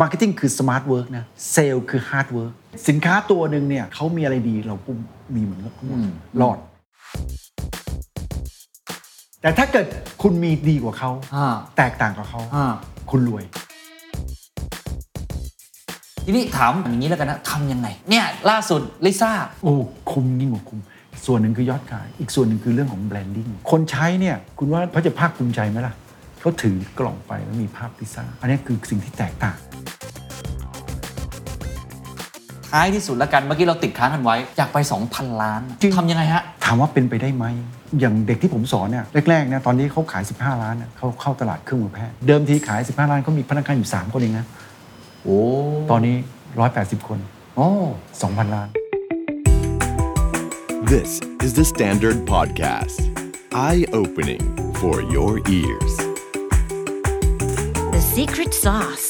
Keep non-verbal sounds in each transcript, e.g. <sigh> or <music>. มาร์เก็ตติ้งคือสมาร์ทเวิร์กนะเซลล์คือฮาร์ดเวิร์กสินค้าตัวหนึ่งเนี่ยเขามีอะไรดีเราก็มีเหมือนกันหมดรอด แต่ถ้าเกิดคุณมีดีกว่าเขา อ่า แตกต่างกว่าเขา อ่า คุณรวย ทีนี้ถามอย่างนี้แล้วกันนะทำยังไง เนี่ย ล่าสุดลิซ่า โอ้คุ้มยิ่งกว่าคุ้ม ส่วนหนึ่งคือยอดขาย อีกส่วนหนึ่งคือเรื่องของแบรนดิ้งคนใช้เนี่ย คุณว่าเขาจะภาคภูมิใจไหมล่ะเขาถือกล่องไปแล้วมีภาพพิซซ่า อันนี้คือสิ่งที่แตกต่าง ท้ายที่สุดแล้วกัน เมื่อกี้เราติดค้างกันไว้ อยากไป 2,000 ล้าน จริง ทำยังไงฮะ ถามว่าเป็นไปได้ไหม อย่างเด็กที่ผมสอนเนี่ยแรกๆนะตอนนี้เขาขาย 15 ล้านเนี่ยเขาเข้าตลาดเครื่องมือแพทย์เดิมทีขาย 15 ล้านเขามีพนักงานอยู่ 3 คนเองนะ โอ้ ตอนนี้ 180 คน โอ้ 2,000 ล้าน This is the Standard Podcast. Eye opening for your ears. The secret sauce.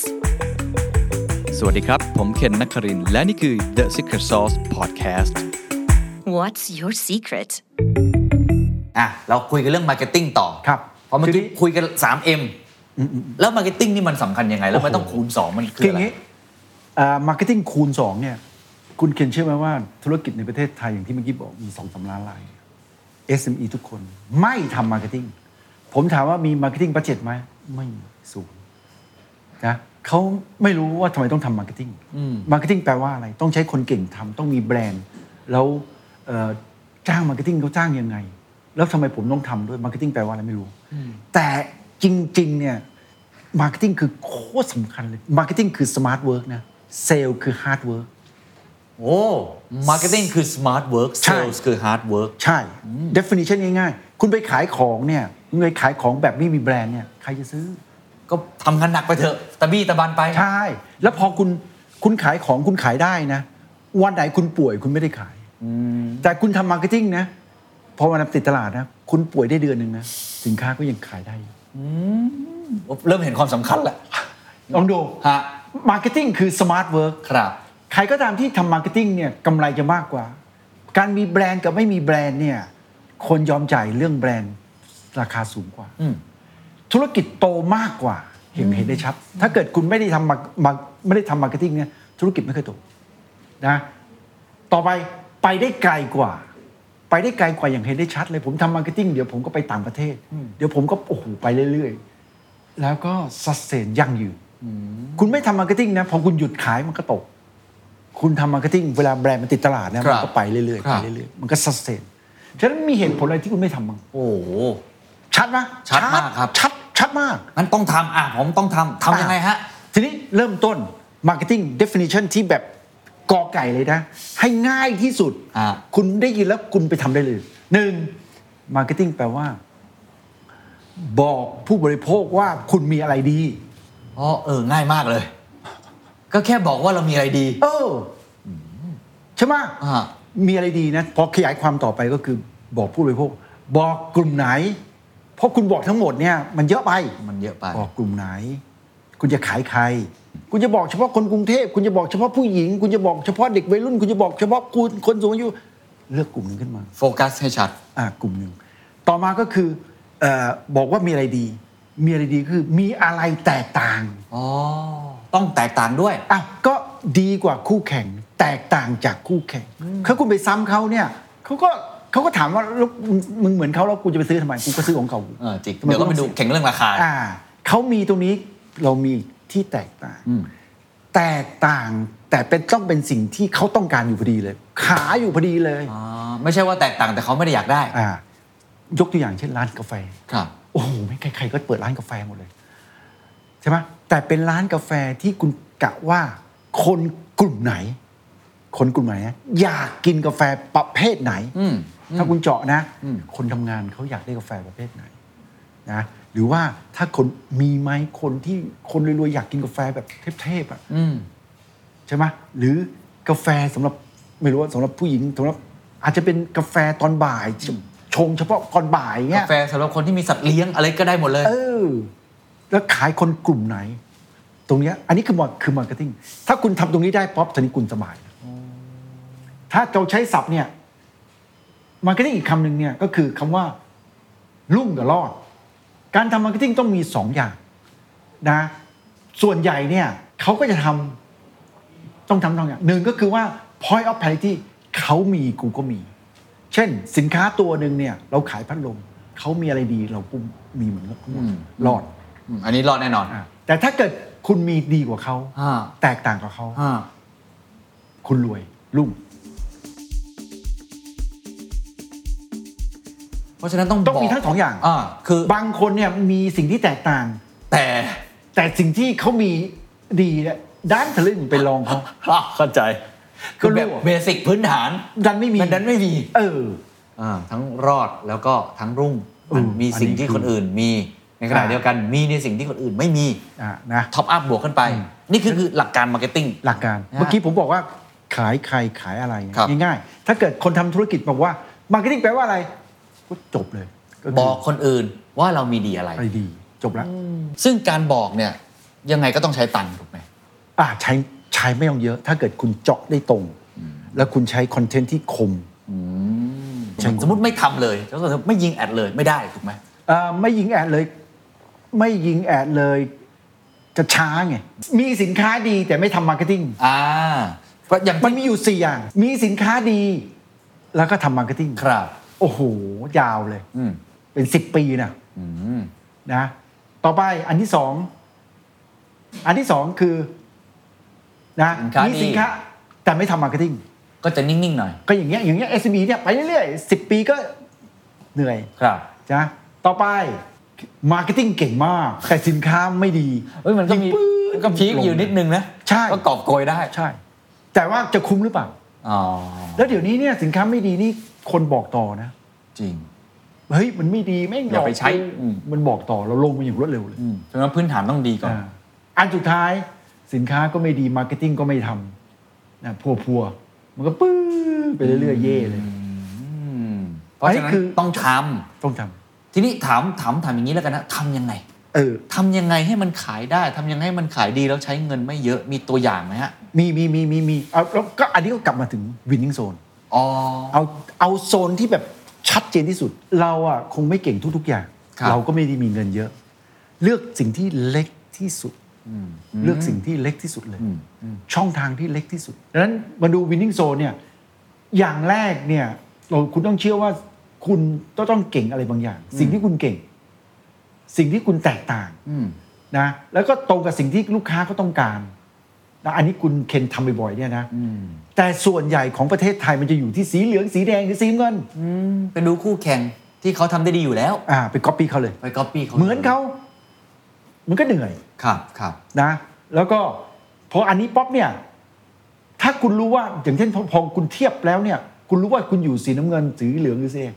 สวัสดีครับ ผมเคนนักครินทร์และนี่คือ The Secret Sauce Podcast What's your secret? อ่ะ เราคุยกันเรื่องมาร์เก็ตติ้งต่อ ครับ เพราะเมื่อทีกี้นี้ คุยกัน 3M แล้วมาร์เก็ตติ้งนี่มันสำคัญยังไง แล้วมันต้องคูณ 2 มันคือ ที อะไร นี้มาร์เก็ตติ้งคูณ 2 เนี่ย คุณเคนเชื่อไหมว่าธุรกิจในประเทศไทยอย่างที่เมื่อกี้บอกมี2องสามล้านราย SME ทุกคนไม่ทำมาร์เก็ตติ้ง ผมถามว่ามีมาร์เก็ตติ้งประเจ็ดไหม ไม่มีศูนย์นะเขาไม่รู้ว่าทำไมต้องทำมาร์เก็ตติ้ง มาร์เก็ตติ้งแปลว่าอะไร ต้องใช้คนเก่งทำต้องมีแบรนด์ แล้วเอ่อจ้างมาร์เก็ตติ้งเขาจ้างยังไง แล้วทำไมผมต้องทำด้วยมาร์เก็ตติ้งแปลว่าอะไรไม่รู้ แต่จริง ๆ เนี่ย มาร์เก็ตติ้งคือโคตรสำคัญเลย มาร์เก็ตติ้งคือสมาร์ทเวิร์กนะ เซลคือฮาร์ดเวิร์ก โอ้มาร์เก็ตติ้งคือ smart work ใช่ sales คือ hard work ใช่ definition ง่ายๆ คุณไปขายของเนี่ยคุณไปขายของแบบไม่มีแบรนด์เนี่ย ใครจะซื้อ ก็ทำงานหนักไปเถอะตะบี้ตะบันไป ใช่ แล้วพอคุณคุณขายของคุณขายได้นะ วันไหนคุณป่วยคุณไม่ได้ขาย แต่คุณทำมาร์เก็ตติ้งนะ พอวันนติดตลาดนะ คุณป่วยได้เดือนหนึ่งนะ สินค้าก็ยังขายได้อยู่ เริ่มเห็นความสำคัญแล้ว ลองดู ฮะ มาร์เก็ตติ้งคือสมาร์ทเวิร์ก ครับ ใครก็ตามที่ทำมาร์เก็ตติ้งเนี่ยกำไรจะมากกว่า การมีแบรนด์กับไม่มีแบรนด์เนี่ยคนยอมจ่ายเรื่องแบรนด์ราคาสูงกว่า อืม ธุรกิจโตมากกว่า เห็นเห็นได้ชัด ถ้าเกิดคุณไม่ได้ทำมามาไม่ได้ทำมาร์เก็ตติ้งเนี่ยธุรกิจไม่เคยโตนะต่อไปไปได้ไกลกว่า ไปได้ไกลกว่าอย่างเห็นได้ชัดเลยผมทำมาร์เก็ตติ้งเดี๋ยวผมก็ไปต่างประเทศ เดี๋ยวผมก็โอ้โหไปเรื่อยๆ แล้วก็สัสเซนยั่งยืนคุณไม่ทำมาร์เก็ตติ้งนะพอคุณหยุดขายมันก็ตก คุณทำมาร์เก็ตติ้งเวลาแบรนด์มันติดตลาดนะ ครั มั บ นก็ไปเรื่อยๆ ครั ไป บ เรื่อยๆมันก็สัสเซนฉะนั้นมีเหตุผลอะไรที่คุณไม่ทำมั้ง โอ้โห ชัดไหม ชัดมากครับ ชัดชัดมาก งั้นต้องทำอ่ะผมต้องทำทำยังไงฮะ ทีนี้เริ่มต้น Marketing Definition ที่แบบกอไก่เลยนะ ให้ง่ายที่สุด อ่า คุณได้ยินแล้วคุณไปทำได้เลยหนึ่ง Marketing แปลว่า บอกผู้บริโภคว่าคุณมีอะไรดี อ๋อเออ ง่ายมากเลย ก็แค่บอกว่าเรามีอะไรดี เอออใช่ไหม อ่า มีอะไรดีนะ พอขยายความต่อไปก็คือบอกผู้บริโภค บอกกลุ่มไหน เพราะคุณบอกทั้งหมดเนี่ย มันเยอะไป มันเยอะไป บอกกลุ่มไหน คุณจะขายใคร คุณจะบอกเฉพาะคนกรุงเทพ คุณจะบอกเฉพาะผู้หญิง คุณจะบอกเฉพาะเด็กวัยรุ่น คุณจะบอกเฉพาะคุณคนสูงอายุ เลือกกลุ่มหนึ่งขึ้นมา โฟกัสให้ชัด อ่ากลุ่มหนึ่ง ต่อมาก็คือเออบอกว่ามีอะไรดี มีอะไรดีคือมีอะไรแตกต่าง อ๋อ ต้องแตกต่างด้วย อ่ะก็ดีกว่าคู่แข่ง แตกต่างจากคู่แข่งถ้าคุณไปซ้ำเขาเนี่ยเขาก็เขาก็ถามว่าแล้วมึงเหมือนเขาแล้วกูจะไปซื้อทำไมกูก็ซื้อของเขา เออจิก ทำม เดี๋ยวก็ไปดู ต้องซื้อ แข่งเรื่องราคา อ่าเขามีตรงนี้เรามีที่แตกต่าง อืม แตกต่างแต่เป็นต้องเป็นสิ่งที่เขาต้องการอยู่พอดีเลย ขาอยู่พอดีเลย อ๋อ ไม่ใช่ว่าแตกต่างแต่เขาไม่ได้อยากได้ อ่ายกตัวอย่างเช่นร้านกาแฟ ครับ โอ้โหไม่งใครๆก็เปิดร้านกาแฟหมดเลย ใช่ไหมแต่เป็นร้านกาแฟที่คุณกะว่า คนกลุ่มไหน คนกลุ่มไหนนะอยากกินกาแฟประเภทไหน อืม ถ้าคุณเจาะนะ อืม คนทำงานเขาอยากได้กาแฟประเภทไหนนะหรือว่าถ้าคนมีไหมคนที่คนรวยๆอยากกินกาแฟแบบเทพๆอ่ะ อืม ใช่ไหมหรือกาแฟสำหรับไม่รู้ว่าสำหรับผู้หญิงสำหรับอาจจะเป็นกาแฟตอนบ่ายชงเฉพาะก่อนบ่ายเงี้ กาย แฟสำหรับคนที่มีสัตว์เลี้ยงอะไรก็ได้หมดเลย เออ แล้วขายคนกลุ่มไหน ตรงเนี้ยอันนี้คือมคือมาร์เก็ตติ้งถ้าคุณทำตรงนี้ได้ป๊อปตอนนี้คุณสบายนะถ้าเราใช้ศัพท์เนี่ยมาร์เก็ตติ้งอีกคำหนึ่งเนี่ยก็คือคำว่า รุ่งกับรอด การทำมาร์เก็ตติ้งต้องมีสองอย่างนะ ส่วนใหญ่เนี่ย เขาก็จะทำต้องทำสองอย่างหนึ่งก็คือว่า point of parity เขามีกูก็มี เช่น สินค้าตัวหนึ่งเนี่ย เราขายพัดลมเขามีอะไรดีเราก็มีเหมือนกันทั้งหมดรอด อืมอันนี้รอดแน่นอน อ่ะแต่ถ้าเกิดคุณมีดีกว่าเขา อ่า แตกต่างกว่าเขา อ่า คุณรวยรุ่ง เพราะฉะนั้นต้อง ต้องมี บก ทั้งสองอย่าง อ่าคือบ างคนเนี่ยมีสิ่งที่แตกต่าง แต่ แต่สิ่งที่เขามีดีเนี่ยด้านทะลึ่งไปลองเขา อ่ะเข้าใจคือแบบ ก็รู้ เบสิกพื้นฐาน ดันไม่มี มันดันไม่มี เออ อ่าทั้งรอดแล้วก็ทั้งรุ่งมัน อืม มีสิ่ง อันนี้ ที่ คือ คนอื่นมีในขณะ อ่า เดียวกันมีในสิ่งที่คนอื่นไม่มี อ่ะนะ ท็อปอัพบวกขึ้นไป นี่คือคือหลักการมาร์เก็ตติ้ง หลักการ นะฮะ เมื่อกี้ผมบอกว่าขายใครขายอะไร ครับ ง่ายๆ ถ้าเกิดคนทำธุรกิจบอกว่า มาร์เก็ตติ้งแปลว่าอะไร ก็จบเลยคื บอกคนอื่นว่าเรามีดีอะไร อะไรดี จบแล้ว ซึ่งการบอกเนี่ยยังไงก็ต้องใช้ตังค์ถูกไหม อ่ะใช้ใช้ไม่ต้องเยอะ ถ้าเกิดคุณเจาะได้ตรง แล้วคุณใช้คอนเทนต์ที่คม ใช่ สมมติไม่ทำเลยสมมติไม่ยิงแอดเลยไม่ได้ถูกไหม เอ่อไม่ยิงแอดเลย ไม่ยิงแอดเลย จะช้าไง มีสินค้าดีแต่ไม่ทำมาร์เก็ตติ้ง อ่าเพราะอย่าง มันมีอยู่ 4 อย่าง มีสินค้าดี แล้วก็ทำมาร์เก็ตติ้ง ครับ โอ้โห ยาวเลย อืม เป็น 10 ปีนะ อืม นะ ต่อไปอันที่สองอันที่สองคือนะมีสินค้าแต่ไม่ทำมาร์เก็ตติ้ง ก็จะนิ่งๆหน่อย ก็อย่างเงี้ยอย่างเงี้ย SME เนี่ยไปเรื่อยๆ10 ปีก็เหนื่อย ครับ จ้ะต่อไปมาร์เก็ตติ้งเก่งมาก แต่สินค้าไม่ดี เฮ้ยมันก็มี ยิงปื๊ด มันก็พีคอยู่นิดนึงนะ ใช่ ก็กอบโกยได้ ใช่ แต่ว่าจะคุ้มหรือเปล่า อ๋อ แล้วเดี๋ยวนี้เนี่ยสินค้าไม่ดีนี่คนบอกต่อนะ จริง เฮ้ยมันไม่ดีไม่งหล อย่า อก ไปใช้อืม มันบอกต่อเราลงมาอย่างรวดเร็วเลย อืมฉะนั้นพื้นฐานต้องดีก่อน อ่าอันสุดท้ายสินค้าก็ไม่ดีมาร์เก็ตติ้งก็ไม่ทำนะพัวพัวๆมันก็ปื้อไปเรื่อยๆเย่เลย อืมเพราะฉะ อันนี้ นั้น คือ ต้องทำ ต้องท ทีนี้ถามถามถามอย่างนี้แล้วกันนะทำยังไง ำเออ ทำยังไงให้มันขายได้ทำยังไงให้มันขายดีแล้วใช้เงินไม่เยอะมีตัวอย่างไหมฮะ มีมีมีมีมีเอาแล้วก็อันนี้ก็กลับมาถึงวินนิ่งโซน อ๋อ เอาเอาโซนที่แบบชัดเจนที่สุด เราอ่ะคงไม่เก่งทุก ๆ อย่าง ครับ เราก็ไม่ได้มีเงินเยอะ เลือกสิ่งที่เล็กที่สุด เลือกสิ่งที่เล็กที่สุดเลย ช่องทางที่เล็กที่สุดดังนั้นมาดูวินนิ่งโซนเนี่ยอย่างแรกเนี่ยเราคุณต้องเชื่อว่าคุณต้องต้องเก่งอะไรบางอย่าง สิ่งที่คุณเก่ง สิ่งที่คุณแตกต่าง อืม นะแล้วก็ตรงกับสิ่งที่ลูกค้าก็ต้องการนะอันนี้คุณเคนทำบ่อยๆเนี่ยนะ อืม แต่ส่วนใหญ่ของประเทศไทยมันจะอยู่ที่สีเหลืองสีแดงหรือสีเงิน ไปดูคู่แข่งที่เขาทำได้ดีอยู่แล้ว อ่าไปก๊อปปี้เขาเลย ไปก๊อปปี้เขา เหมือนเขา มันก็เหนื่อย ครับครับ นะ แล้วก็พออันนี้ป๊อปเนี่ย ถ้าคุณรู้ว่าอย่างเช่นพอพอคุณเทียบแล้วเนี่ย คุณรู้ว่าคุณอยู่สีน้ำเงินสีเหลืองหรือสีแดง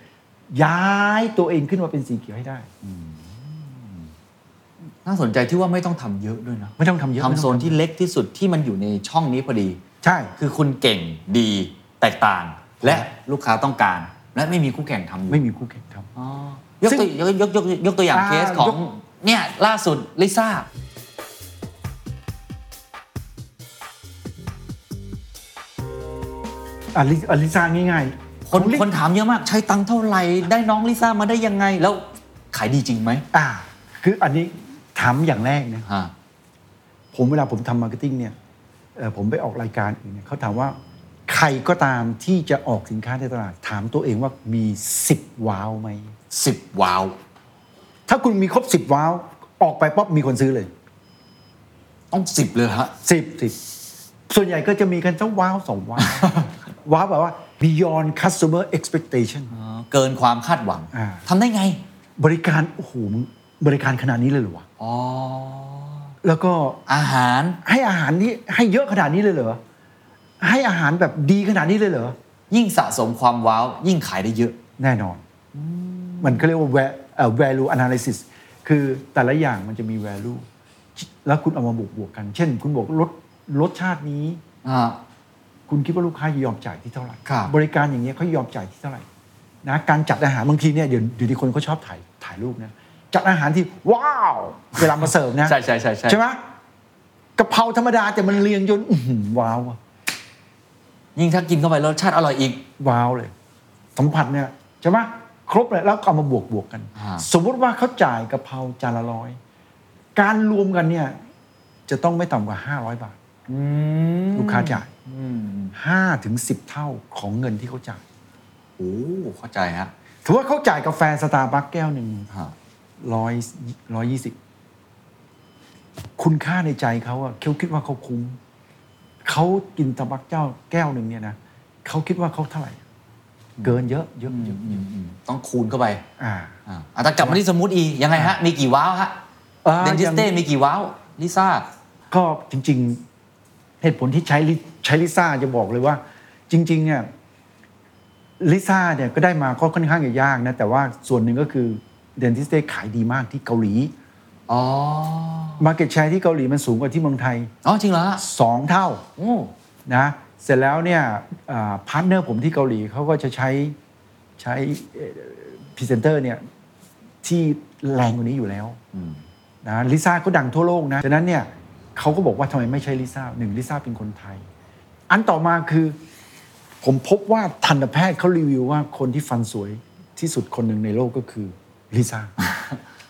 ย้ายตัวเองขึ้นมาเป็นสีเขียวให้ได้ น่าสนใจที่ว่าไม่ต้องทำเยอะด้วยนะ ไม่ต้องทำเยอะ ทำโซนที่เล็กที่สุดที่มันอยู่ในช่องนี้พอดี ใช่ คือคุณเก่งดีแตกต่าง และลูกค้าต้องการ และไม่มีคู่แข่งทำอยู่ ไม่มีคู่แข่งครับ อ๋อยกตัวยกยกยกยกตัวอย่าง อ่า เคสของ ยก เนี่ยล่าสุดลิซ่า อะลิอลิซาง่ายๆ คน ของลิ คนถามเยอะมากใช้ตังค์เท่าไหร่ได้น้องลิซ่ามาได้ยังไงแล้วขายดีจริงไหม อ่า คืออันนี้ถามอย่างแรกนะ ฮะ ผมเวลาผมทำมาร์เก็ตติ้งเนี่ยเอ่อผมไปออกรายการอื่นเนี่ยเขาถามว่าใครก็ตามที่จะออกสินค้าในตลาด ถามตัวเองว่ามี 10 ว้าวไหม สิบว้าว ถ้าคุณมีครบ 10 ว้าว ออกไปป๊อบมีคนซื้อเลย ต้องสิบเลยฮะ 10 10 ส่วนใหญ่ก็จะมีกันสักว้าวสองว้าว <laughs> ว้าวแบบว่า beyond customer expectation อ๋อเกินความคาดหวัง อ่า ทำได้ไง บริการ โอ้โหมึงบริการขนาดนี้เลยเหรอวะ อ๋อ แล้วก็ อาหาร ให้อาหารนี่ให้เยอะขนาดนี้เลยเหรอให้อาหารแบบดีขนาดนี้เลยเหรอ ยิ่งสะสมความว้าว ยิ่งขายได้เยอะ แน่นอน มันก็เรียกว่า va- เอ่อ value analysis คือแต่ละอย่างมันจะมี value แล้วคุณเอามาบวกบวกกัน เช่น คุณบอกรสรสชาตินี้ อ่า คุณคิดว่าลูกค้าจะยอมจ่ายที่เท่าไหร่ ครับ บริการอย่างเงี้ยเขายอมจ่ายที่เท่าไหร่นะการจัดอาหารบางทีเนี่ยเดี๋ยวเดี๋ยวนี้คนเขาชอบถ่ายถ่ายรูปนะจัดอาหารที่ว้าว เวลามาเสิร์ฟนะ ใช่ใช่ใช่ใช่ ใช่ไหมกะเพราธรรมดาแต่มันเรียงจนอื้อหือว้าวอะ ยิ่งถ้ากินเข้าไปรสชาติอร่อยอีก ว้าวเลยสัมผัสเนี่ยใช่ไหมครบเลยแล้วก็เอามาบวกบวกกัน อ่า สมมุติว่าเขาจ่ายกะเพราจานละร้อย การรวมกันเนี่ย จะต้องไม่ต่ำกว่า 500 บาท ลูกค้าจ่าย อืม 5ถึง10 เท่าของเงินที่เขาจ่าย โอ้เข้าใจฮะ ถือว่าเขาจ่ายกาแฟสตาร์บัคแก้วหนึ่ง ฮะ ร้อยร้อยยี่สิบคุณค่าในใจเขาอะเขาคิดว่าเขาคุ้มเขากินสตาร์บัคเจ้าแก้วหนึ่งเนี่ยนะเขาคิดว่าเขาเท่าไหร่ เกินเยอะเยอะเยอะ อืมอืมต้องคูณเข้าไป อ่า อ่าอ่ะแต่กลับมาที่สมูทอียังไงฮะ มีกี่ว้าวฮะ อ่า เดนทิ ยั ส ง เต้มีกี่ว้าวลิซ่า ก็จริง ๆ เหตุผลที่ใช้ลิใช้ลิซ่าจะบอกเลยว่า จริงๆเนี่ยลิซ่าเนี่ยก็ได้มาก็ค่อนข้างจะยากนะแต่ว่าส่วนหนึ่งก็คือเดนทิสเต้ขายดีมากที่เกาหลี อ๋อ มาเก็ตแชร์ที่เกาหลีมันสูงกว่าที่เมืองไทย อ๋อจริงเหรอฮะ 2 เท่า โอ้ นะเสร็จแล้วเนี่ยพาร์ทเนอร์ผมที่เกาหลีเขาก็จะใช้ใช้พรีเซนเตอร์เนี่ยที่แรงกว่านี้อยู่แล้ว อืม นะลิซ่าก็ดังทั่วโลกนะฉะนั้นเนี่ยเขาก็บอกว่าทำไมไม่ใช่ลิซ่าหนึ่งลิซ่าเป็นคนไทย อันต่อมาคือ ผมพบว่าทันตแพทย์เขารีวิวว่าคนที่ฟันสวยที่สุดคนหนึ่งในโลกก็คือลิ <laughs> ซ่า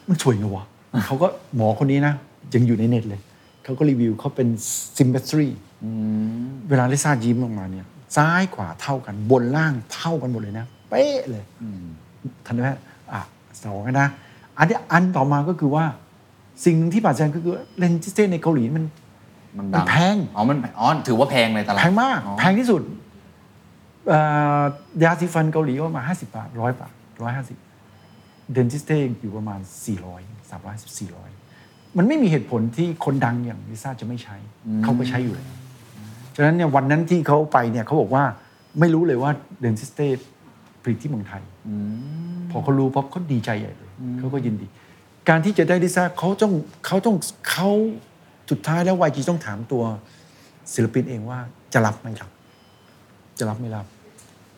มันสวยไงวะเขาก็หมอคนนี้นะยังอยู่ในเน็ตเลย เขาก็รีวิวเขาเป็น symmetry เวลาลิซ่ายิ้มออกมาเนี่ย ซ้ายขวาเท่ากันบนล่างเท่ากันหมดเลยนะ เป๊ะเลยทันตแพทย์อ่ะสองนะ อันที่อันต่อมาก็คือว่า สิ่งที่ปราศจากก็คือเลนจิสเตในเกาหลีมัน มันดั มั ง นแพง อ๋อ มัน อ๋อ ถือว่าแพงในตลาด แพงมาก อ๋อ แพงที่สุดเอ่อยาสีฟันเกาหลีก็ประมาณห้าสิบาทร้อยบาทร้อยห้าสิบเดนทิสเตอยู่ประมาณสี่ร้อยสามร้อยสิบสี่ร้อยมันไม่มีเหตุผลที่คนดังอย่างลิซ่าจะไม่ใช้ เขาก็ใช้อยู่แล้วฉะนั้นเนี่ยวันนั้นที่เขาไปเนี่ยเขาบอกว่าไม่รู้เลยว่าเดนทิสเตผลิตที่เมืองไทย อืม พอเขารู้ปั๊บเขาดีใจใหญ่เลยเขาก็ยินดี การที่จะได้ลิซ่าเขาต้องเขาต้องเขาสุดท้ายแล้ววายจีต้องถามตัวศิลปินเองว่าจะรับไม่รับ จะรับไม่รับ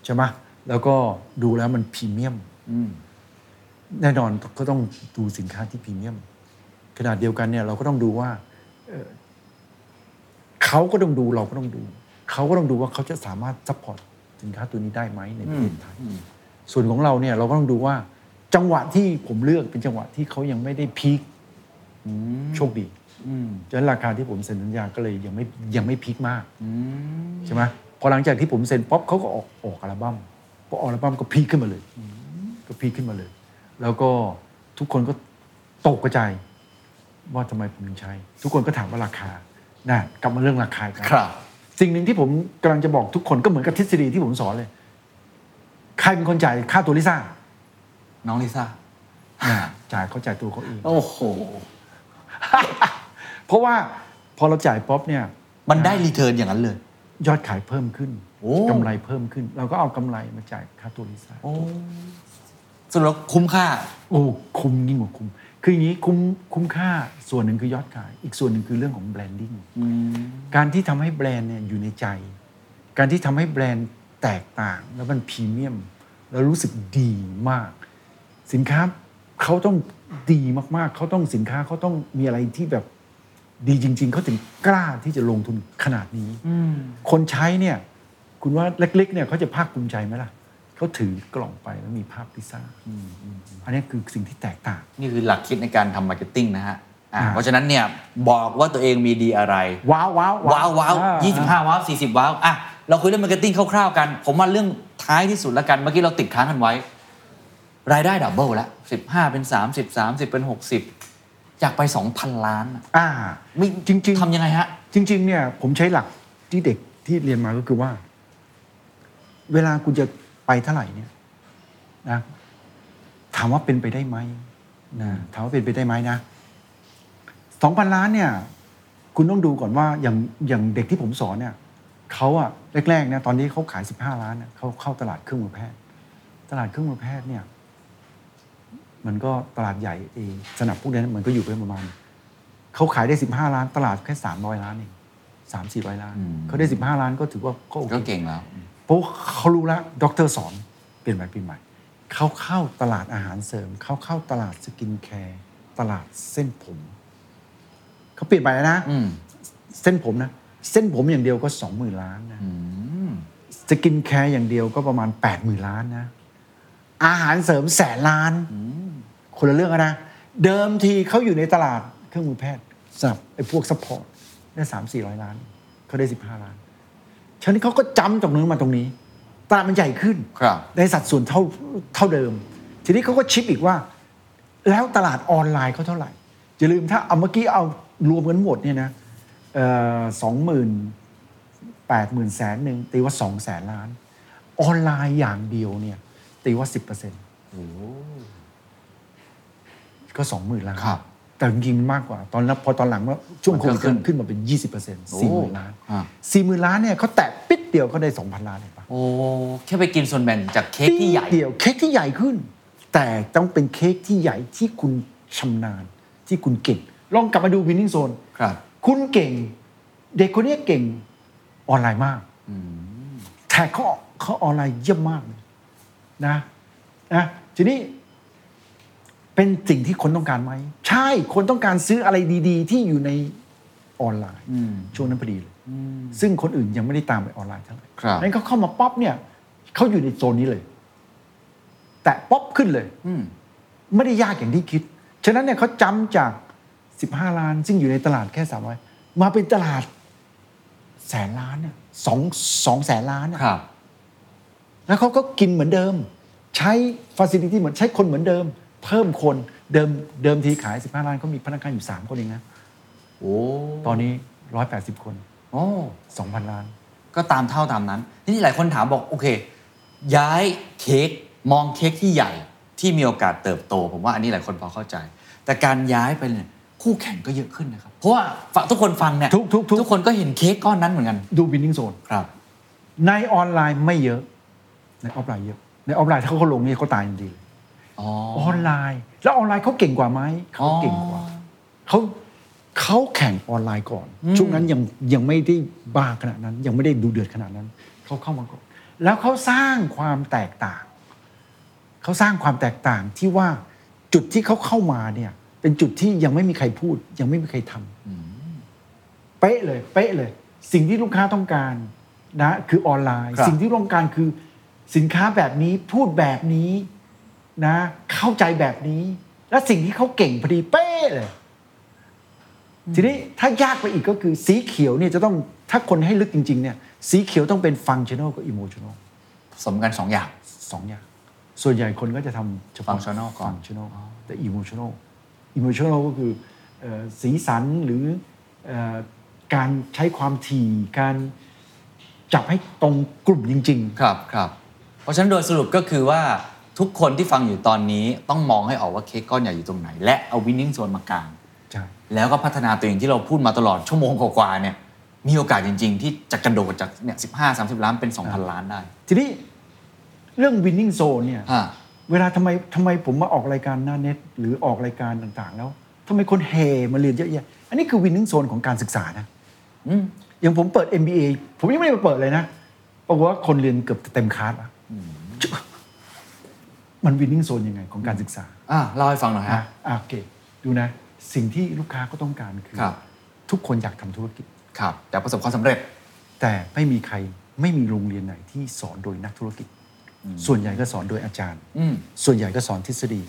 ใช่ไหมแล้วก็ดูแล้วมันพรีเมียม อืม แน่นอนก็ต้องดูสินค้าที่พรีเมียมขนาดเดียวกันเนี่ยเราก็ต้องดูว่าเอ่อเขาก็ต้องดูเราก็ต้องดูเขาก็ต้องดูว่าเขาจะสามารถซัพพอร์ตสินค้าตัวนี้ได้ไหมในประเทศไทยส่วนของเราเนี่ยเราก็ต้องดูว่า จังหวะที่ผมเลือกเป็นจังหวะที่เขายังไม่ได้พีคโชคดี อืม ฉะนั้นราคาที่ผมเซ็นสัญญาก็เลยยังไม่ยังไม่พีคมาก อืม ใช่ไหมพอหลังจากที่ผมเซ็นป๊อปเขาก็ออกออกอัลบั้มพอออกอัลบั้มก็พีคขึ้นมาเลย ก็พีคขึ้นมาเลย แล้วก็ทุกคนก็ตกกระจายว่าทำไมผมถึงใช้ ทุกคนก็ถามว่าราคาน่ะกลับมาเรื่องราคาอีก ครับ สิ่งหนึ่งที่ผมกำลังจะบอกทุกคนก็เหมือนกับทฤษฎีที่ผมสอนเลย ใครเป็นคนจ่ายค่าตัวลิซ่า น้องลิซ่า น่ะจ่ายเขาจ่ายตัวเขาเอง <laughs> โอ้โห เพราะว่าพอเราจ่ายป๊อปเนี่ย มันได้รีเทิร์นอย่างนั้นเลย ยอดขายเพิ่มขึ้น โอ้ กำไรเพิ่มขึ้น เราก็เอากำไรมาจ่ายค่าตัวลิซ่า โอ้สรุปแล้วคุ้มค่า โอ้คุ้มยิ่งกว่าคุ้ม คืออย่างนี้คุ้มคุ้มค่าส่วนหนึ่งคือยอดขาย อีกส่วนหนึ่งคือเรื่องของแบรนดิ้งการที่ทำให้แบรนด์เนี่ยอยู่ในใจ การที่ทำให้แบรนด์แตกต่างแล้วมันพรีเมียม แล้วรู้สึกดีมาก สินค้าเขาต้องดีมากๆ เขาต้องสินค้าเขาต้องมีอะไรที่แบบดีจริง ๆ เขาถึงกล้าที่จะลงทุนขนาดนี้ คนใช้เนี่ย คุณว่าเล็ก ๆ เนี่ยเขาจะภาคภูมิใจไหมล่ะเขาถือกล่องไปแล้วมีภาพพิซซ่าอันนี้คือสิ่งที่แตกต่าง นี่คือหลักคิดในการทำมาร์เก็ตติ้งนะฮะอ่า อ่า เพราะฉะนั้นเนี่ย บอกว่าตัวเองมีดีอะไร ว้าวว้าว ว้าวว้าว อ่ ยี่สิบห้าว้าวสี่สิบว้าว อ่ะ เราคุยเรื่องมาร์เก็ตติ้งคร่าวๆกัน ผมว่าเรื่องท้ายที่สุดแล้วกัน เมื่อกี้เราติดค้างกันไว้ รายได้ดับเบิลแล้วสิบห้าเป็นสามสิบสามสิบเป็นหกสิบอยากไปสองพันล้านอะ อ่า ไม่ จริงๆ ทำยังไงฮะ จริง ๆ เนี่ยผมใช้หลักที่เด็กที่เรียนมาก็คือว่า เวลาคุณจะไปเท่าไหร่เนี่ยนะถามว่าเป็นไปได้ไหมนะถามว่าเป็นไปได้ไหมนะสองพันล้านเนี่ย คุณต้องดูก่อนว่าอย่างอย่างเด็กที่ผมสอนเนี่ยเขาอะแรกๆเนี่ยตอนนี้เขาขายสิบห้าล้านเนี่ยเขาเข้าตลาดเครื่องมือแพทย์ ตลาดเครื่องมือแพทย์เนี่ย มันก็ตลาดใหญ่เองสนับพวกนั้นมันก็อยู่ไปประมาณ เขาขายได้ 15 ล้านตลาดแค่ 300 ล้านเองสามสี่ร้อยล้าน อืม เขาได้ 15 ล้านก็ถือว่าก็โอ ก็ เค เก่งแล้ว เพราะเขารู้แล้วด็อกเตอร์สอนเปลี่ยนใหม่เปลี่ยนใหม่ เขาเข้าตลาดอาหารเสริม เขาเข้าตลาดสกินแคร์ตลาดเส้นผม เขาเปลี่ยนไปแล้วนะ อืม เส้นผมนะ เส้นผมอย่างเดียวก็ 20,000 ล้านนะ อืม สกินแคร์อย่างเดียวก็ประมาณ 8 0,000 ล้านนะ อาหารเสริมแสนล้าน คนละเรื่องกันนะ เดิมทีเขาอยู่ในตลาดเครื่องมือแพทย์สำหรับไอ้พวกซัพพอร์ต ได้สามสี่ร้อยล้านเขาได้สิบห้าล้านฉะนั้นเขาก็จำจากตรงนู้นมาตรงนี้ตลาดมันใหญ่ขึ้น ครับ ในสัดส่วนเท่าเท่าเดิม ทีนี้เขาก็ชิปอีกว่า แล้วตลาดออนไลน์เขาเท่าไหร่อย่าลืมถ้าเอาเมื่อกี้เอารวมกันหมดเนี่ยนะสองหมื่นแปดหมื่นแสนหนึ่งตีว่าสองแสนล้าน ออนไลน์อย่างเดียวเนี่ย ตีว่าสิบเปอร์เซ็นต์ก็สองหมื่นล้าน ครับ แต่จริงๆมันมากกว่า ตอนนั้นพอตอนหลังว่าช่วงโควิด มันก็ขึ้น ขึ้นมาเป็นยี่สิบเปอร์เซ็นต์สี่หมื่นล้าน อ่ะ สี่หมื่นล้านเนี่ยเขาแตะปิดเดียวเขาได้สองพันล้านเลยปะ โอ้แค่ไปกินส่วนแบ่งจากเค้กที่ใหญ่ เดียวเค้กที่ใหญ่ขึ้น แต่ต้องเป็นเค้กที่ใหญ่ที่คุณชำนาญที่คุณเก่ง ลองกลับมาดูวินนิ่งโซน ครับ คุณเก่ง เด็กคนนี้เก่งออนไลน์มากแท็กเขาเขาออนไลน์เยี่ยมมากเลยนะนะทีนี้ เป็นสิ่งที่คนต้องการไหม ใช่คนต้องการซื้ออะไรดีๆ ที่อยู่ในออนไลน์ อืม ช่วงนั้นพอดีเลย ซึ่งคนอื่นยังไม่ได้ตามไปออนไลน์เท่าไหร่ ครับ นั้นเขาเข้ามาป๊อปเนี่ยเขาอยู่ในโซนนี้เลย แต่ป๊อปขึ้นเลย อืม ไม่ได้ยากอย่างที่คิด ฉะนั้นเนี่ยเขาจำจาก 15 ล้าน ซึ่งอยู่ในตลาดแค่ 300 มาเป็นตลาดแสนล้านเนี่ยสองสองแสนล้านน่ะ ครับ แล้วเขาก็กินเหมือนเดิม ใช้ฟ a ซิลิตี้เหมือนใช้คนเหมือนเดิม เพิ่มคนเดิมเดิมทีขาย 15 ล้านเขามีพนักงานอยู่ 3 คนเองนะ โอ้ ตอนนี้ 180 คน โอ้ 2,000 ล้าน ก็ตามเท่าตามนั้น ทีนี้หลายคนถามบอก โอเค ย้ายเค้กมองเค้กที่ใหญ่ที่มีโอกาสเติบโต ผมว่าอันนี้หลายคนพอเข้าใจ แต่การย้ายไปเนี่ยคู่แข่งก็เยอะขึ้นนะครับ เพราะว่าฝั่งทุกคนฟังเนี่ย ทุกทุกทุก คนก็เห็นเค้กก้อนนั้นเหมือนกัน ดูบินนิ่งโซน ครับ ในออนไลน์ไม่เยอะ ในออฟไลน์เยอะ ในออฟไลน์ถ้าเขาลงเนี่ยเขาตายทันทีเลย อ๋อ ออนไลน์ แล้วออนไลน์เขาเก่งกว่าไหมเขาเก่งกว่า อ๋อ เขาเขาแข่งออนไลน์ก่อน ช่วงนั้นยังยังไม่ได้บ้าขนาดนั้น ยังไม่ได้ดูเดือดขนาดนั้นเขาเข้ามาก่อนแล้วเขาสร้างความแตกต่างเขาสร้างความแตกต่างที่ว่าจุดที่เขาเข้ามาเนี่ย เป็นจุดที่ยังไม่มีใครพูด ยังไม่มีใครทำ เป๊ะเลยเป๊ะเลย สิ่งที่ลูกค้าต้องการนะคือออนไลน์ ครับ สิ่งที่ต้องการคือสินค้าแบบนี้พูดแบบนี้นะ เข้าใจแบบนี้ และสิ่งที่เขาเก่งพอดีเป๊ะเลย ทีนี้ถ้ายากไปอีกก็คือสีเขียวเนี่ยจะต้องถ้าคนให้ลึกจริง ๆ เนี่ย สีเขียวต้องเป็นฟังชั่นอลกับอิโมชั่นอล ผสมกันสองอย่าง สองอย่าง ส่วนใหญ่คนก็จะทำเฉพาะ functional ก่อน ฟังชั่นอลแต่อิโมชั่นอลอิโมชั่นอลก็คือเอ่อสีสันหรือเอ่อการใช้ความถี่การจับให้ตรงกลุ่มจริง ครับครับ เพราะฉะนั้นโดยสรุปก็คือว่าทุกคนที่ฟังอยู่ตอนนี้ต้องมองให้ออกว่าเค้กก้อนใหญ่อยู่ตรงไหน และเอาวินนิ่งโซนมากลาง ๆ ใช่ แล้วก็พัฒนาตัวเองที่เราพูดมาตลอดชั่วโมงกว่าๆเนี่ยมีโอกาสจริง ๆ ที่จะกระโดดจากเนี่ยสิบห้าสามสิบล้านเป็น 2,000 ล้านได้ ทีนี้เรื่อง winning zone เนี่ย ฮะ เวลาทำไมทำไมผมมาออกรายการหน้าเน็ต หรือออกรายการต่างๆ แล้วทำไมคนเฮมาเรียนเยอะแยะ อันนี้คือ winning zone ของการศึกษานะ อืม อย่างผมเปิด MBA ผมยังไม่ได้ไปเปิดเลยนะปรากฏว่าคนเรียนเกือบเต็มคลาสอะมัน winning zone ยังไงของการศึกษา อ่ะเล่าให้ฟังหน่อย อ่ะ ฮะ อ่ะโอเค ดูนะ สิ่งที่ลูกค้าก็ต้องการคือ ครับ ทุกคนอยากทำธุรกิจ ครับแต่ประสบความสำเร็จ แต่ไม่มีใครไม่มีโรงเรียนไหนที่สอนโดยนักธุรกิจ ส่วนใหญ่ก็สอนโดยอาจารย์ อืม ส่วนใหญ่ก็สอนทฤษฎี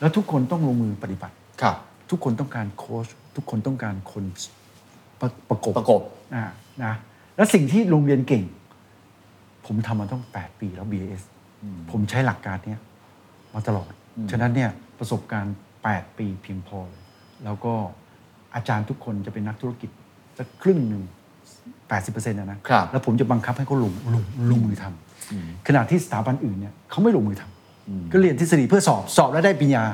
แล้วทุกคนต้องลงมือปฏิบัติ ครับ ทุกคนต้องการโค้ชทุกคนต้องการคนประประกบ ประกบ อ่านะแล้วสิ่งที่โรงเรียนเก่ง ผมทำมาต้อง 8 ปีแล้ว BAS ผมใช้หลักการเนี้ยมาตลอด ฉะนั้นเนี่ยประสบการณ์ 8 ปีเพียงพอเลยแล้วก็อาจารย์ทุกคนจะเป็นนักธุรกิจสักครึ่งหนึ่ง 80%นะนะครับ แล้วผมจะบังคับให้เขาลงลงลงมือทำขณะที่สถาบันอื่นเนี่ยเขาไม่ลงมือทำก็เรียนทฤษฎีเพื่อสอบสอบแล้วได้ปริญญา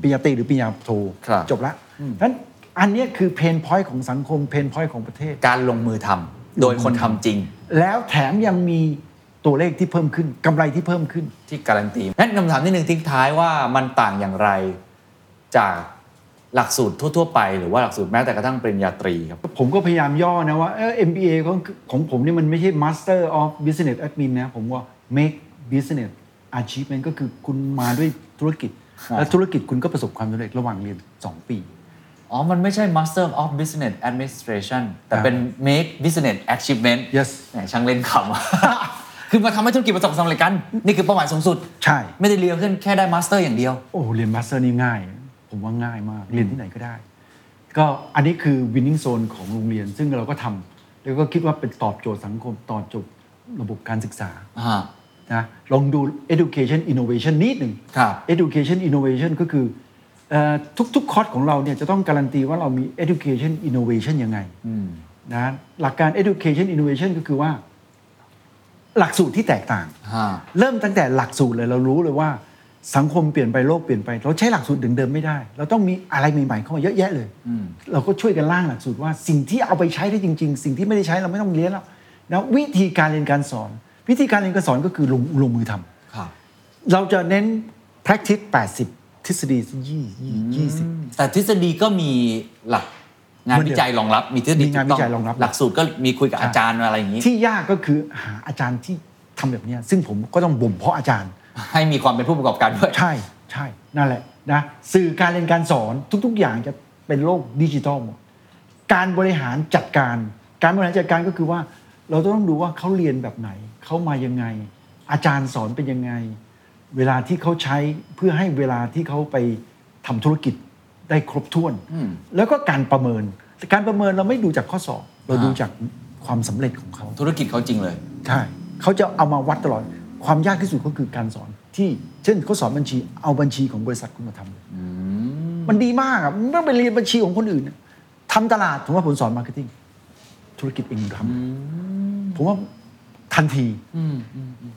ปริญญาตรีหรือปริญญาโท ครับ จบละฉะนั้นอันเนี้ยคือเพนพอยต์ของสังคมเพนพอยต์ของประเทศ การลงมือทำโดยคนทำจริง แล้วแถมยังมีตัวเลขที่เพิ่มขึ้นกำไรที่เพิ่มขึ้น ที่การันตีงั้นคำถามที่หนึ่งทิ้งท้ายว่ามันต่างอย่างไรจากหลักสูตรทั่ว ๆ ไป หรือว่าหลักสูตรแม้แต่กระทั่งปริญญาตรีครับ ผมก็พยายามย่อนะว่าเออ MBA ของของผมเนี่ยมันไม่ใช่ Master of Business Admin นะ ผมว่า Make Business Achievement ก็คือคุณมาด้วยธุรกิจ ครับ และธุรกิจคุณก็ประสบความสำเร็จระหว่างเรียน 2 ปี อ๋อ มันไม่ใช่ Master of Business Administration แต่ อ่า เป็น Make Business Achievement Yes แหมช่างเล่นค <laughs> ำ คือมาทำให้ธุรกิจประสบความสำเร็จกัน นี่คือเป้าหมายสูงสุด ใช่ ไม่ได้เรียนขึ้นแค่ได้มาสเตอร์อย่างเดียว โอ้เรียนมาสเตอร์นี่ง่าย ผมว่าง่ายมาก เรียนที่ไหนก็ได้ ก็อันนี้คือ winning zone ของโรงเรียน ซึ่งเราก็ทำแล้วก็คิดว่าเป็นตอบโจทย์สังคมตอบโจทย์ระบบการศึกษา อ่า นะลองดู education innovation นิดหนึ่ง ครับ education innovation ก็คือเอ่อทุกๆคอร์สของเราเนี่ยจะต้องการันตีว่าเรามี education innovation ยังไงนะหลักการ education innovation ก็คือว่า หลักสูตรที่แตกต่าง อ่า เริ่มตั้งแต่หลักสูตรเลยเรารู้เลยว่าสังคมเปลี่ยนไปโลกเปลี่ยนไป เราใช้หลักสูตรเดิมๆไม่ได้ เราต้องมีอะไรใหม่ๆเข้ามาเยอะแยะเลยเราก็ช่วยกันร่างหลักสูตรว่าสิ่งที่เอาไปใช้ได้จริง ๆ สิ่งที่ไม่ได้ใช้เราไม่ต้องเรียนแล้วนะวิธีการเรียนการสอน วิธีการเรียนการสอนก็คือลงลงมือทำ ครับ เราจะเน้น practice 80 ทฤษฎียี่สิบ แต่ทฤษฎีก็มีหลักงานวิจัยรองรับ มีทฤษฎี มีงาน ถูกต้ วิจัยรองรับ หลักสูตรก็มีคุยกับอาจารย์อะไรอย่างนี้ ที่ยากก็คือหาอาจารย์ที่ทำแบบเนี้ยซึ่งผมก็ต้องบ่มเพาะอาจารย์ ให้มีความเป็นผู้ประกอบการด้วย ใช่ใช่นั่นแหละนะสื่อการเรียนการสอนทุก ๆ อย่างจะเป็นโลกดิจิทัลหมด การบริหารจัดการ การบริหารจัดการก็คือว่า เราต้องดูว่าเขาเรียนแบบไหน เขามายังไง อาจารย์สอนเป็นยังไง เวลาที่เขาใช้เพื่อให้เวลาที่เขาไปทำธุรกิจได้ครบถ้วน แล้วก็การประเมินแต่การประเมินเราไม่ดูจากข้อสอบ เราดูจากความสำเร็จของเขา ธุรกิจเขาจริงเลย ใช่เขาจะเอามาวัดตลอด ความยากที่สุดก็คือการสอนที่ เช่นเขาสอนบัญชีเอาบัญชีของบริษัทคุณมาทำเลยมันดีมากอ่ะมันไม่ต้องไปเรียนบัญชีของคนอื่นอะทำตลาดผมว่าผมสอนมาร์เก็ตติ้งธุรกิจเองทำผมว่าทันที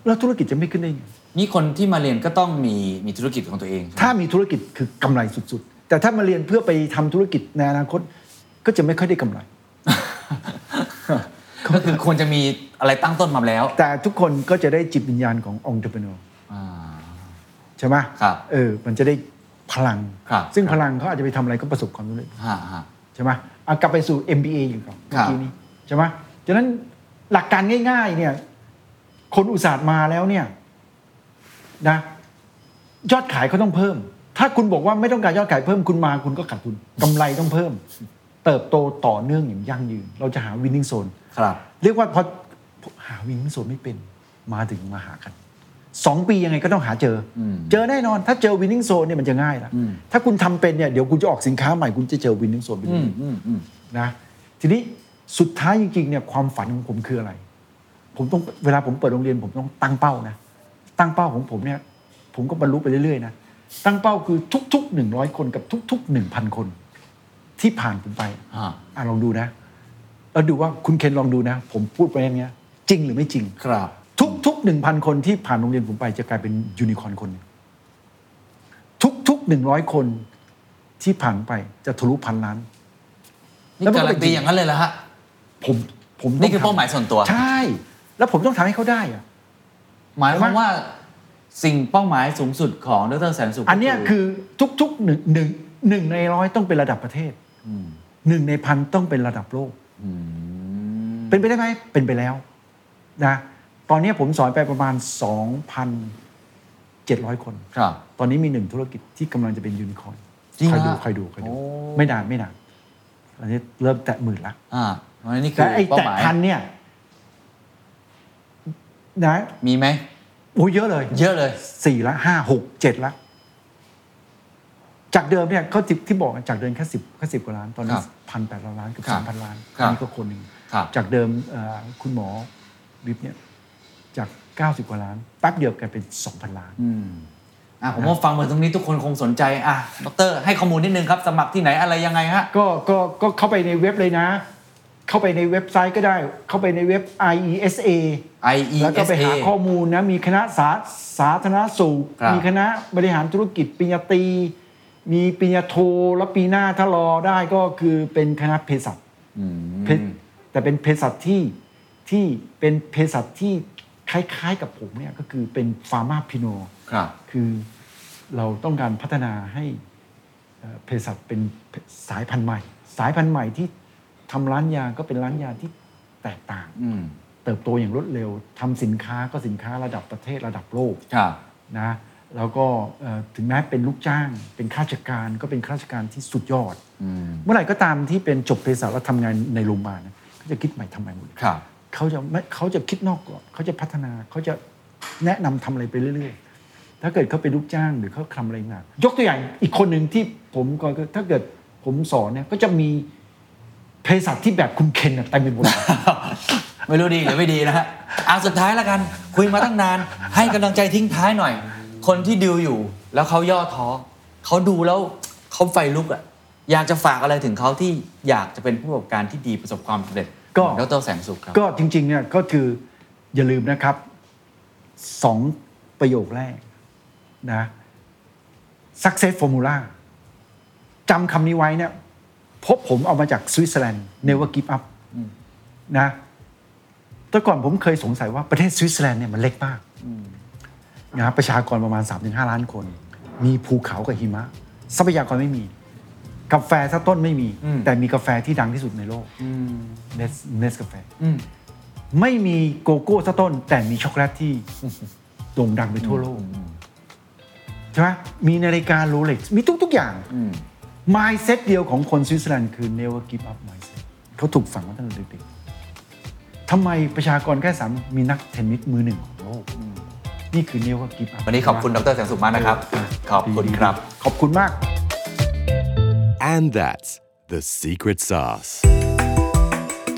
แล้วธุรกิจจะไม่ขึ้นได้ไง นี่คนที่มาเรียนก็ต้องมีมีธุรกิจของตัวเองใช่ไหม ถ้ามีธุรกิจคือกำไรสุดๆ แต่ถ้ามาเรียนเพื่อไปทำธุรกิจในอนาคต ก็จะไม่ค่อยได้กำไร <laughs> ก็คือควรจะมีอะไรตั้งต้นมาแล้ว แต่ทุกคนก็จะได้จิตวิญญาณขององค์เ p ร e n น u r ใช่ไหม ครับ เออ มันจะได้พลัง ครับ ซึ่ง ครับ พลังเขาอาจจะไปทำอะไรก็ประสบความสำเร็จ ฮะฮะ ใช่ไหมเอากลับไปสู่ MBA อยู่ก่อน ค เมื่ รั อบ กี้นี้ใช่ไหมฉะนั้นหลักการง่าย ๆ เนี่ย คนอุตสาห์มาแล้วเนี่ยนะ ยอดขายเขาต้องเพิ่ม ถ้าคุณบอกว่าไม่ต้องการยอดขายเพิ่มคุณมาคุณก็ขาดทุนกำไรต้องเพิ่ม เติบโตต่อเนื่องอย่างยั่งยืน เราจะหาวินนิ่งโซน ครับ เรียกว่าพอหาวิ่งโซนไม่เป็นมาถึงมาหากันสองปียังไงก็ต้องหาเจออเจอแน่นอน ถ้าเจอวินนิ่งโซนเนี่ยมันจะง่ายละถ้าคุณทำเป็นเนี่ยเดี๋ยวคุณจะออกสินค้าใหม่คุณจะเจอวินนิ่งโซนไปเรื่อยๆนะทีนี้สุดท้ายจริงๆเนี่ยความฝันของผมคืออะไร ผมต้องเวลาผมเปิดโรงเรียนผมต้องตั้งเป้านะ ตั้งเป้าของผมเนี่ย ผมก็บรรลุไปเรื่อยๆนะตั้งเป้าคือทุกๆหนึ่งร้อยคนกับทุกๆหนึ่งพันคน ที่ผ่านผมไป อ่า อ่ะลองดูนะ แล้วดูว่าคุณเคนลองดูนะ ผมพูดไปอย่างเงี้ย จริงหรือไม่จริง ครับ ทุกทุกหนึ่งพันคนที่ผ่านโรงเรียนผมไปจะกลายเป็นยูนิคอร์นคนหนึ่งทุกทุกหนึ่งร้อยคนที่ผ่านไปจะทะลุพันล้าน นี่ แล้วมันก็ การันเป็นจตีริง อย่างนั้นเลยเหรอฮะ ผมผมต้ง นี่คือเป้าหมาย ท ส่วนตัว ำใช่ แล้วผมต้องทำให้เขาได้อะ หมายความว่าสิ่งเป้าหมายสูงสุดของดรแสนสุข อันเนี้ยคือทุกๆหนึ่งหนึ่งหนึ่งในร้อยต้องเป็นระดับประเทศหนึ่งในพันต้องเป็นระดับโลกเป็นไปได้ไหมเป็นไปแล้วนะตอนเนี้ยผมสอนไปประมาณ 2,700 คน ครับ ตอนนี้มีหนึ่งธุรกิจที่กำลังจะเป็นยูนิคอร์น จริง คอย เหร ดู อ คอยดูคอยดู โอ้ ไม่นานไม่นานอันนี้เริ่มแตะหมื่นละ อ่าเพราะฉะนั้นนี่คื แต่ อ ไอ้ เป้า แตะ หมาย พันเนี่ยนะ มีไหม โอ้เยอะเลย เยอะเลย สี่ละห้าหกเจ็ดละ จากเดิมเนี่ยเขาที่ที่บอกจากเดิมแค่สิบแค่สิบกว่าล้าน ตอน ค นี้ รับ พันแปดร้อยล้านเกือบ ครับ สามพันล้าน ครับ อันนี้ก็คนหนึ่ง ครับ จากเดิมเอ่อคุณหมอวิบเนี่ย จากเก้าสิบกว่าล้านแป๊บเดียวกลายเป็นสองพันล้าน อ่ะผมว่าฟังมาตรงนี้ทุกคนคงสนใจ อ่ะดรให้ข้อมูลนิดนึงครับ สมัครที่ไหนอะไรยังไงฮะ ก็ก็ก็เข้าไปในเว็บเลยนะ เข้าไปในเว็บไซต์ก็ได้ เข้าไปในเว็บ IESA IESA แล้วก็ไปหาข้อมูลนะ มีคณะสาสาธารณสุข ครับ มีคณะบริหารธุรกิจปริญญาตรี มีปริญญาโท แล้วปีหน้าถ้ารอได้ก็คือเป็นคณะเภสัชเภสแต่เป็นเภสัชที่ที่เป็นเภสัชที่คล้ายๆกับผมเนี่ยก็คือเป็นฟาร์มาพิโน ครับ คือเราต้องการพัฒนาให้เอ่อเภสัชเป็นสายพันธุ์ใหม่ สายพันธุ์ใหม่ที่ทำร้านยาก็เป็นร้านยาที่แตกต่าง อืม เติบโตอย่างรวดเร็วทำสินค้าก็สินค้าระดับประเทศระดับโลก ครับ นะแล้วก็เอ่อถึงแม้เป็นลูกจ้าง เป็นข้าราชการก็เป็นข้าราชการที่สุดยอด เมื่อไหร่ก็ตามที่เป็นจบเภสัชแล้วทำงานในโรงพยาบาลนะก็จะคิดใหม่ทำใหม่หมดเลย ครับ <laughs> เขาจะไม่เขาจะคิดนอกกรอบเขาจะพัฒนาเขาจะแนะนำทำอะไรไปเรื่อยๆ ถ้าเกิดเขาเป็นลูกจ้างหรือเขาทำอะไรหนักยกตัวอย่างอีกคนหนึ่งที่ผมก็ถ้าเกิดผ ผมสอนเนี่ยก็จะมีเภสัชที่แบบคุณเคนน่ะเต็มไปหมดเลย ไม่รู้ดีหรือไม่ดีนะฮะเอาสุดท้ายแล้วกัน คุยมาตั้งนาน ให้กำลังใจทิ้งท้ายหน่อย คนที่ดิวอยู่ แล้วเขาย่อท้อเขาดูแล้วเขาไฟลุกอ่ะอยากจะฝากอะไรถึงเขาที่อยากจะเป็นผู้ประกอบการที่ดีประสบความสำเร็จ ก็ เหมือนดรแสงสุขครับ ก็จริงๆเนี่ยก็คืออย่าลืมนะครับสองประโยคแรกนะ success formula จำคำนี้ไว้เนี่ยเพบผมเอามาจากสวิตเซอร์แลนด์ never give up นะแต่ก่อนผมเคยสงสัยว่าประเทศสวิตเซอร์แลนด์เนี่ยมันเล็กมากนะประชากรประมาณ 3-5 ล้านคน มีภูเขากับหิมะ ทรัพยากรไม่มี กาแฟสักต้นไม่มี อืม แต่มีกาแฟที่ดังที่สุดในโลก อืม เนสเนสกาแฟ อืม ไม่มีโกโก้สักต้น แต่มีช็อกโกแลตที่ โด่งดังไปทั่วโลกใช่ไหมมีนาฬิกาโรเล็กซ์มีทุก ๆ อย่าง อืม m i n d s e t เดียวของคนสวิตเซอร์แลนด์คือ never give up mindset เขาถูกฝังมาตั้งแต่เด็กๆทำไมประชากรแค่สามมีนักเทนนิสมือหนึ่งของโลกนี่คือ never give up วันนี้ขอบคุณดรแสงสุขมากนะครับ ขอบคุณครับ ขอบคุณมาก And that's the secret sauce. ถ